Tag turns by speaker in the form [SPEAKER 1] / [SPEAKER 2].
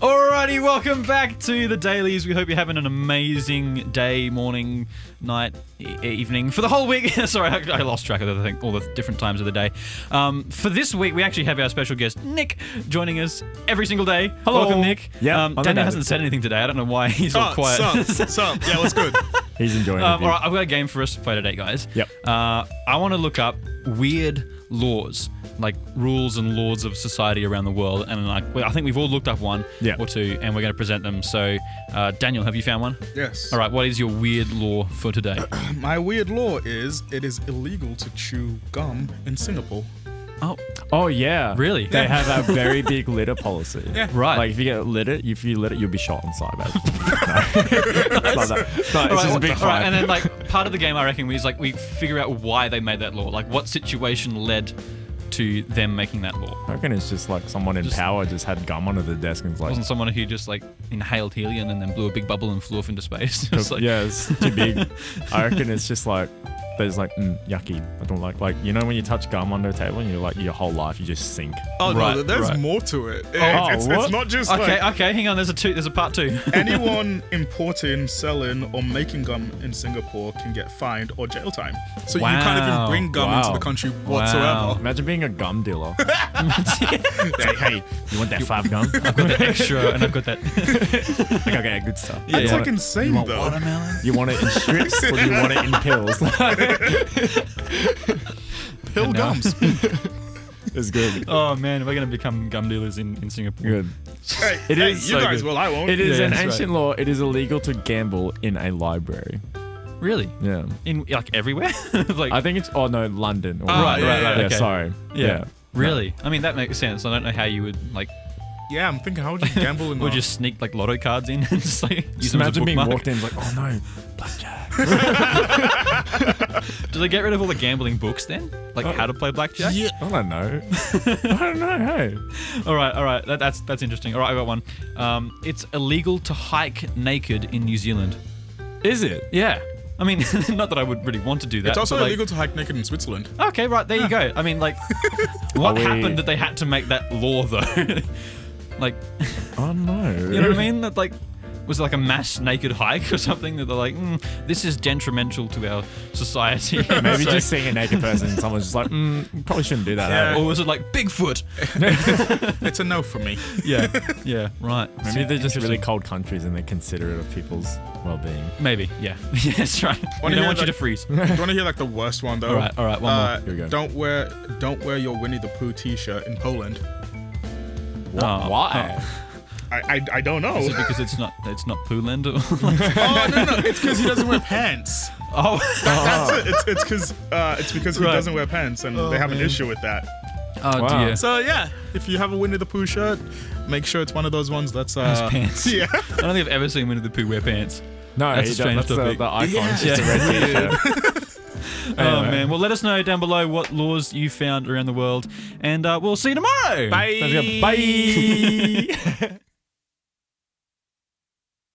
[SPEAKER 1] Alrighty, welcome back to the dailies. We hope you're having an amazing day, morning, night, e- evening for the whole week. Sorry, I, I lost track of the thing, all the different times of the day. Um, for this week, we actually have our special guest Nick joining us every single day.
[SPEAKER 2] Hello.
[SPEAKER 1] welcome Nick.
[SPEAKER 2] Yeah,
[SPEAKER 1] um,
[SPEAKER 2] I'm
[SPEAKER 1] Daniel
[SPEAKER 2] about
[SPEAKER 1] hasn't
[SPEAKER 2] it.
[SPEAKER 1] said anything today. I don't know why he's all
[SPEAKER 3] Oh,
[SPEAKER 1] quiet.
[SPEAKER 3] Some, some. Yeah, what's good?
[SPEAKER 2] He's enjoying
[SPEAKER 1] Um,
[SPEAKER 2] it.
[SPEAKER 1] all right, I've got a game for us to play today, guys.
[SPEAKER 2] Yep.
[SPEAKER 1] Uh, I want to look up weird laws, like rules and laws of society around the world, and like well, I think we've all looked up one
[SPEAKER 2] Yeah.
[SPEAKER 1] or two, and we're going to present them. So, uh, Daniel, have you found one?
[SPEAKER 3] yes.
[SPEAKER 1] All right. What is your weird law for today?
[SPEAKER 3] My weird law is it is illegal to chew gum in Singapore.
[SPEAKER 1] oh,
[SPEAKER 2] Oh yeah,
[SPEAKER 1] Really?
[SPEAKER 2] They have a very big litter policy. Yeah,
[SPEAKER 1] Right.
[SPEAKER 2] Like if you get litter, if you litter, you'll be shot on sight. man. No. Like that. No, it's
[SPEAKER 1] all
[SPEAKER 2] just a
[SPEAKER 1] right,
[SPEAKER 2] big
[SPEAKER 1] all right,
[SPEAKER 2] fight.
[SPEAKER 1] and then like part of the game, I reckon, is like we figure out why they made that law, like what situation led to them making that law.
[SPEAKER 2] I reckon it's just like someone in
[SPEAKER 1] Just-
[SPEAKER 2] power just had gum under their desk and was like,
[SPEAKER 1] Wasn't someone who just like inhaled helium and then blew a big bubble and flew off into space? It's like,
[SPEAKER 2] yeah, it's too big. I reckon it's just like there's like mm, yucky. I don't like like you know when you touch gum under a table and you're like your whole life you just sink.
[SPEAKER 3] Oh
[SPEAKER 1] Right,
[SPEAKER 3] no, there's
[SPEAKER 1] right.
[SPEAKER 3] more to it. It-
[SPEAKER 2] Oh,
[SPEAKER 3] it's,
[SPEAKER 2] what? uh,
[SPEAKER 3] it's not just
[SPEAKER 1] Okay,
[SPEAKER 3] like
[SPEAKER 1] okay, hang on. There's a two. There's a part two.
[SPEAKER 3] anyone importing, selling, or making gum in Singapore can get fined or jail time. So you can't
[SPEAKER 1] Wow.
[SPEAKER 3] even bring gum into
[SPEAKER 2] Wow.
[SPEAKER 3] the country whatsoever.
[SPEAKER 2] Imagine being a gum dealer. It's like, hey, you want that five gum?
[SPEAKER 1] I've got that extra, and I've got that.
[SPEAKER 2] Like, okay, good stuff.
[SPEAKER 1] Yeah.
[SPEAKER 2] You
[SPEAKER 3] It's
[SPEAKER 1] You
[SPEAKER 2] want
[SPEAKER 3] like
[SPEAKER 2] it-
[SPEAKER 3] insane
[SPEAKER 2] you want
[SPEAKER 3] though.
[SPEAKER 1] Watermelon.
[SPEAKER 2] You want it in strips or do you want it in pills?
[SPEAKER 3] Pill gums.
[SPEAKER 2] it's good.
[SPEAKER 1] Oh man, we're gonna become gum dealers in, in Singapore.
[SPEAKER 2] Good.
[SPEAKER 3] hey,
[SPEAKER 2] It
[SPEAKER 3] hey,
[SPEAKER 2] is
[SPEAKER 3] you
[SPEAKER 2] so
[SPEAKER 3] guys
[SPEAKER 2] good.
[SPEAKER 3] will, I won't.
[SPEAKER 2] It is
[SPEAKER 1] Yeah,
[SPEAKER 2] an
[SPEAKER 1] that's right.
[SPEAKER 2] ancient law. It is illegal to gamble in a library.
[SPEAKER 1] Really?
[SPEAKER 2] Yeah.
[SPEAKER 1] In like everywhere? like
[SPEAKER 2] I think it's oh no, London. Or
[SPEAKER 3] Ah, yeah, yeah,
[SPEAKER 2] yeah.
[SPEAKER 1] okay.
[SPEAKER 2] Sorry.
[SPEAKER 1] yeah.
[SPEAKER 2] Yeah.
[SPEAKER 1] Really? I mean that makes sense. I don't know how you would like
[SPEAKER 3] Yeah, I'm thinking how would you gamble in
[SPEAKER 1] would
[SPEAKER 3] that?
[SPEAKER 1] just sneak like lotto cards in and just like use
[SPEAKER 2] Just
[SPEAKER 1] them as a
[SPEAKER 2] imagine being
[SPEAKER 1] bookmark.
[SPEAKER 2] walked in like, oh no, blackjack.
[SPEAKER 1] Do they get rid of all the gambling books then?
[SPEAKER 2] Oh.
[SPEAKER 1] Like how to play blackjack?
[SPEAKER 2] I don't know. I don't know. Hey.
[SPEAKER 1] All right, all right. That, that's that's interesting. All right, I got one. Um, it's illegal to hike naked in New Zealand.
[SPEAKER 2] Is it?
[SPEAKER 1] Yeah. I mean, not that I would really want to do that.
[SPEAKER 3] It's also
[SPEAKER 1] but, like-
[SPEAKER 3] illegal to hike naked in Switzerland.
[SPEAKER 1] Okay, right, there you go. I mean, like, what
[SPEAKER 2] Are we-
[SPEAKER 1] happened that they had to make that law, though? like,
[SPEAKER 2] Oh no.
[SPEAKER 1] you know what I mean? That, like, was it like a mass naked hike or something that they're like, mm, this is detrimental to our society?
[SPEAKER 2] Maybe
[SPEAKER 1] So-
[SPEAKER 2] just seeing a naked person and someone's just like, mm, probably shouldn't do that.
[SPEAKER 3] Yeah.
[SPEAKER 2] eh?
[SPEAKER 1] Or was it like Bigfoot?
[SPEAKER 3] It's a no for me.
[SPEAKER 1] Yeah, yeah, right.
[SPEAKER 2] Maybe they're just
[SPEAKER 1] Interesting.
[SPEAKER 2] really cold countries and they're considerate of people's well-being.
[SPEAKER 1] Maybe, yeah. yes, right. We
[SPEAKER 3] hear
[SPEAKER 1] don't want you to
[SPEAKER 3] that-
[SPEAKER 1] freeze.
[SPEAKER 3] Do you want to hear like the worst one though?
[SPEAKER 1] All right, all right, one more.
[SPEAKER 3] Uh,
[SPEAKER 2] Here we go.
[SPEAKER 3] Don't wear don't wear your Winnie the Pooh t-shirt in Poland.
[SPEAKER 1] Oh,
[SPEAKER 2] Why?
[SPEAKER 3] I I, I don't know.
[SPEAKER 1] Is it because it's not it's not Pooland? or-
[SPEAKER 3] oh no no, it's because he doesn't wear pants.
[SPEAKER 1] oh,
[SPEAKER 3] That's it. It's it's because uh, it's because he
[SPEAKER 1] Right.
[SPEAKER 3] doesn't wear pants and they have an issue with that.
[SPEAKER 1] oh
[SPEAKER 2] Wow.
[SPEAKER 1] dear.
[SPEAKER 3] So yeah, if you have a Winnie the Pooh shirt, make sure it's one of those ones that's uh,
[SPEAKER 1] Those pants.
[SPEAKER 3] Yeah.
[SPEAKER 1] I don't think I've ever seen Winnie the Pooh wear pants.
[SPEAKER 2] No,
[SPEAKER 1] That's a
[SPEAKER 2] he
[SPEAKER 1] strange
[SPEAKER 2] doesn't. that's the,
[SPEAKER 1] topic.
[SPEAKER 2] the icon. Yeah. Just
[SPEAKER 1] Yeah.
[SPEAKER 2] a red t-shirt.
[SPEAKER 1] Oh
[SPEAKER 2] Anyway.
[SPEAKER 1] man! Well, let us know down below what laws you found around the world, and uh, we'll see you tomorrow.
[SPEAKER 2] Bye.